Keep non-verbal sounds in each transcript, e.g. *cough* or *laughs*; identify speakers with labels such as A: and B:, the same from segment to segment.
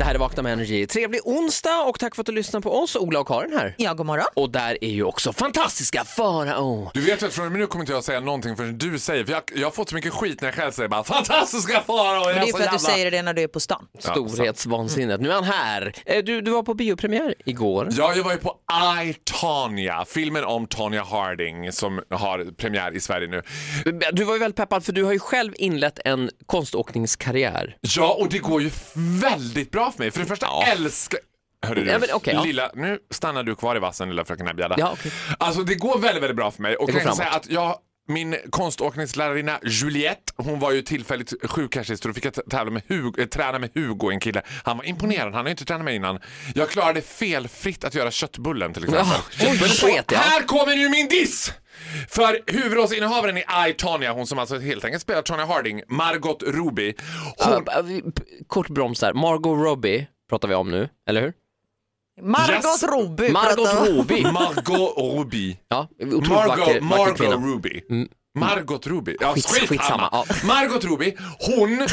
A: här är Vakna med Energy. Trevlig onsdag och tack för att du lyssnar på oss. Ola och Karin här.
B: Ja, god morgon.
A: Och där är ju också fantastiska Farao.
C: Du vet att från och med nu kommer inte jag säga någonting förrän du säger, för jag, jag har fått så mycket skit när jag själv säger bara fantastiska Farao.
B: Det är för att du säger det när du är på stan.
A: Storhetsvansinnet. Nu är han här. Eh, Du, du var på biopremiär igår.
C: Ja, jag var ju på I, Tanya, filmen om Tanya Harding som har premiär i Sverige nu.
A: Du var ju väldigt peppad för du har ju själv inlett en konståkningskarriär.
C: Ja, och det går ju väldigt bra för mig. För det första älskar Hörru du,
A: Ja, men okej, ja.
C: lilla, nu stannar du kvar i vassen lilla fröken Abjada.
A: Ja, okej.
C: Alltså det går väldigt, väldigt bra för mig. Och
A: Det
C: kan
A: går
C: jag säga att jag, min konståkningslärarinna Juliette, hon var ju tillfälligt sjuk här sist och då fick jag t- tävla med Hugo, eh, träna med Hugo, en kille. Han var imponerad, han har ju inte tränat med innan. Jag klarade felfritt att göra köttbullen till exempel.
A: Ja, oj,
C: Men så-
A: sket jag.
C: här kommer nu min diss! För huvudrollsinnehavaren i I, Tanya, hon som alltså helt enkelt spelar Tanya Harding, Margot Robbie, hon
A: Eh, vi- p- Kort broms där. Margot Robbie pratar vi om nu, eller hur?
B: Margot
C: Yes.
B: Robbie
A: Margot
B: pratar-
C: *laughs*
A: Robbie.
C: Margot Robbie.
A: Ja, otroligt
C: Margot,
A: vacker, vacker
C: Margot
A: kvinna. Mm.
C: Ruby. Margot Ruby. Ja,
A: Skits-
C: skitsamma.
A: skitsamma, ja.
C: Margot Ruby, hon...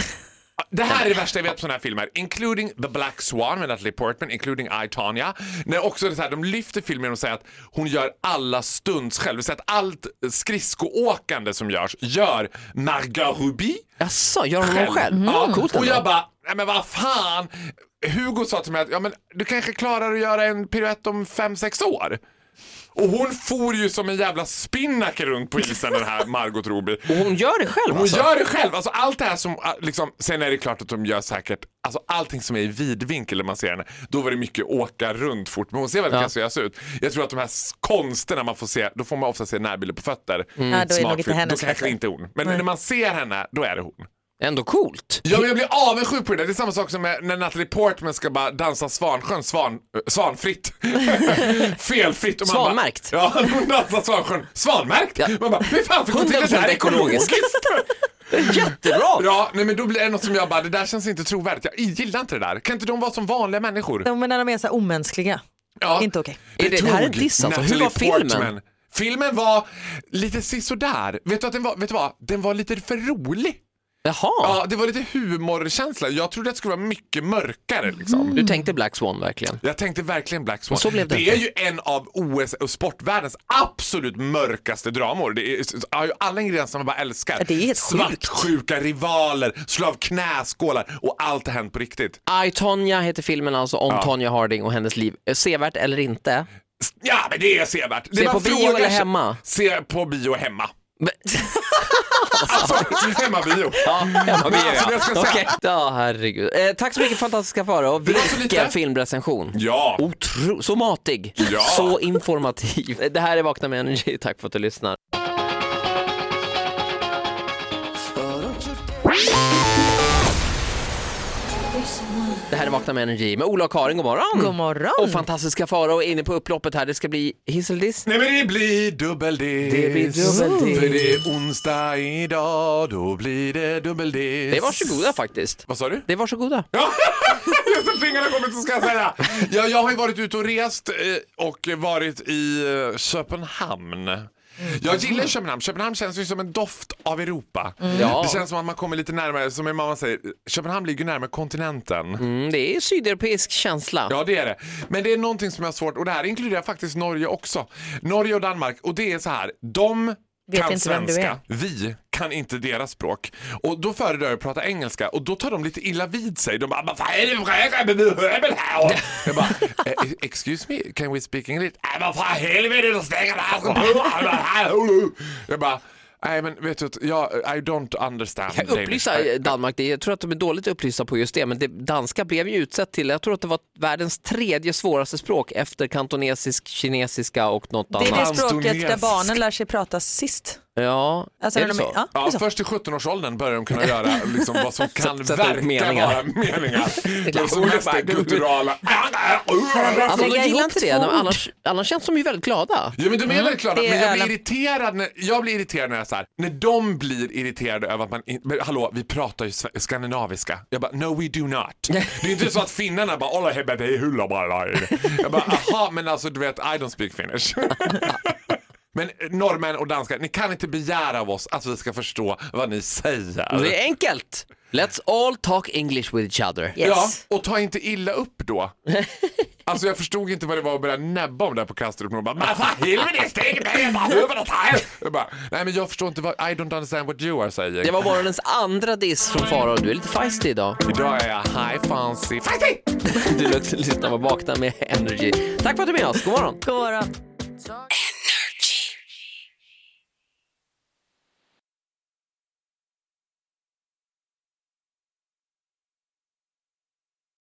C: Det här är det värsta jag vet på sådana här filmer. Including The Black Swan med Natalie Portman, including I, Tanya. När också det så här, de lyfter filmen och säger att hon gör alla stunts själv. Det vill säga att allt skridskoåkande som görs gör Margot Ruby
A: Jaså, gör hon dem själv?
C: Mm.
A: Ja,
B: Mm.
A: coolt
C: och
A: ändå.
C: jag bara, nej men vad fan. Hugo sa till mig att ja, men du kanske klarar att göra en piruett om 5-6 år. Och hon for ju som en jävla spinnaker runt på isen den här Margot Roby.
A: Och hon gör det själv
C: Hon
A: alltså?
C: gör det själv. Alltså allt det här som, ah, liksom, sen är det klart att de gör säkert, alltså allting som är i vidvinkel när man ser henne, då var det mycket åka runt fort. Men hon ser väldigt
A: Ja.
C: graciös ut. Jag tror att de här s- konsterna man får se, då får man ofta se närbilder på
A: Mm.
C: fötter.
B: Ja, då är det nog inte
C: Smakfullt.
B: hennes
C: då kanske
B: fötter.
C: inte hon. Men
B: Nej.
C: när man ser henne, då är det hon.
A: Ändå coolt.
C: Ja, men jag blir avundsjuk på det där. Det är samma sak som med- när Natalie Portman ska bara dansa Svansjön svan, eh, svanfritt. *laughs* Felfritt. Och man bara-
A: Svanmärkt.
C: Ja, *laughs* hon dansar Svansjön svanmärkt.
A: Ja.
C: Man bara, hur fan fick hon till det
A: 100%
C: där *laughs*
A: ekologiskt? Jättebra!
C: ja, nej men då blir det något som jag bara, det där känns inte trovärdigt. Jag gillar inte det där. Kan inte de vara som vanliga människor?
B: Ja, Men när de är så här omänskliga.
C: Ja.
B: Inte okej.
A: Är det- det här är en
C: tog
A: diss alltså. Hur
C: Natalie
A: var filmen?
C: Portman. Filmen var lite sisådär. Vet du, att den var, vet du vad? Den var lite för rolig.
A: Jaha,
C: Ja, det var lite humorkänsla. Jag trodde att det skulle vara mycket mörkare liksom.
A: du tänkte Black Swan verkligen?
C: Jag tänkte verkligen Black Swan.
A: Men Mhm. så blev det
C: det
A: inte.
C: är ju en av OS och sportvärldens absolut mörkaste dramor. Det är, har ju alla ingredienser man bara älskar.
B: Ja, det är helt sjukt.
C: Svartsjuka rivaler, slå av knäskålar och allt har hänt på riktigt.
A: I, Tonya heter filmen alltså om Tonya Harding och hennes liv. Eh, Sevärt eller inte?
C: Ja, men det är sevärt. Det
A: Se
C: man
A: på bio
C: frågar
A: eller
C: sig-
A: hemma?
C: Se på
A: *laughs*
C: bio hemma.
A: Men-
C: Alltså, hemmabio.
A: Ja, jag
C: men alltså, det ska jag säga.
A: Okej. Ja, herregud. Eh, tack så mycket fantastiska Farao.
C: var så
A: Vilken
C: lite.
A: filmrecension.
C: Ja.
A: Otro- så matig,
C: Ja.
A: så informativ. *laughs* Det här är Vakna med Energy, tack för att du lyssnar. Det här är Vakna med Energy med Ola och Karin, god morgon!
B: God morgon.
A: Och fantastiska Farao är inne på upploppet här, det ska bli hiss eller diss.
C: Nej men det blir dubbeldiss.
A: Det blir dubbeldiss.
C: För det är onsdag idag, då blir det dubbeldiss.
A: Det var så goda faktiskt.
C: Vad sa du?
A: Det var så goda.
C: Ja, just att *laughs* fingrarna kommer så ska jag säga. Ja, jag har ju varit ute och rest eh, och varit i eh, Köpenhamn. Jag gillar Köpenhamn. Köpenhamn känns ju som en doft av Europa.
A: Mm. Ja.
C: Det känns som att man kommer lite närmare, som min mamma säger, Köpenhamn ligger närmare kontinenten.
A: Mm, det är sydeuropeisk känsla.
C: Ja, det är det. Men det är någonting som jag har svårt, och det här inkluderar faktiskt Norge också. Norge och Danmark, och det är så här, de
B: Vet
C: kan
B: inte vem du
C: svenska, vi kan inte deras språk. Och då föredrar jag att prata engelska och då tar de lite illa vid sig. De bara, "Vad fan är det för jävla här?" Jag bara, "Eh, excuse me, can we speak English? "Nej, Vad fan i helvete, då stänger jag "Äh, Jag bara, nej men vet du, jag, I don't understand.
A: Jag kan
C: Danish."
A: upplysa Danmark, det är- jag tror att de är dåligt upplysta på just det, men det, danska blev ju utsett till, jag tror att det var världens tredje svåraste språk efter kantonesisk, kinesiska och något
B: Det är
A: annat.
B: det språket där
C: Mansdonesisk.
B: barnen lär sig prata sist.
A: Ja,
B: Alltså,
A: är
B: när
A: det
B: de
A: så?
B: Ja, det
C: Ja,
B: är så.
C: först i 17-årsåldern börjar de kunna göra liksom, vad som kan
A: Sätta upp
C: verka
A: meningar.
C: vara
A: *laughs*
C: meningar. Men
A: klart.
C: så nästa kulturala...
A: Alltså de
B: Jag
A: drog
B: gillar
A: upp
B: inte
A: det,
B: två ord.
A: annars, annars känns de ju väldigt glada.
C: Ja men de är väldigt glada,
B: det är
C: men jag blir,
B: ölen.
C: irriterad när, jag blir irriterad när jag så här, när de blir irriterade över att man, in, men hallå vi pratar ju sve- skandinaviska. Jag bara, no we do not. Det är inte så att finnarna bara, olla hebbe det är hulla bara. Jag bara, aha men alltså du vet, I don't speak finnish. *laughs* Men eh, norrmän och danskar, ni kan inte begära av oss att vi ska förstå vad ni säger.
A: Det är enkelt. Let's all talk English with each other.
B: Yes.
C: Ja, och ta inte illa upp då. Alltså jag förstod inte vad det var att börja näbba om det här på Kastrup. Hon bara, men för helvete, steg ner, bara huvudet här. Jag bara, nej men jag förstår inte vad, I don't understand what you are saying.
A: Det var morgonens andra diss från Farao. Du är lite feisty
C: *laughs*
A: idag.
C: Idag är jag high fancy. Fancy!
A: Du luktar- lyssnar på Vakna med Energy. Tack för att du är med oss. God morgon.
B: God morgon.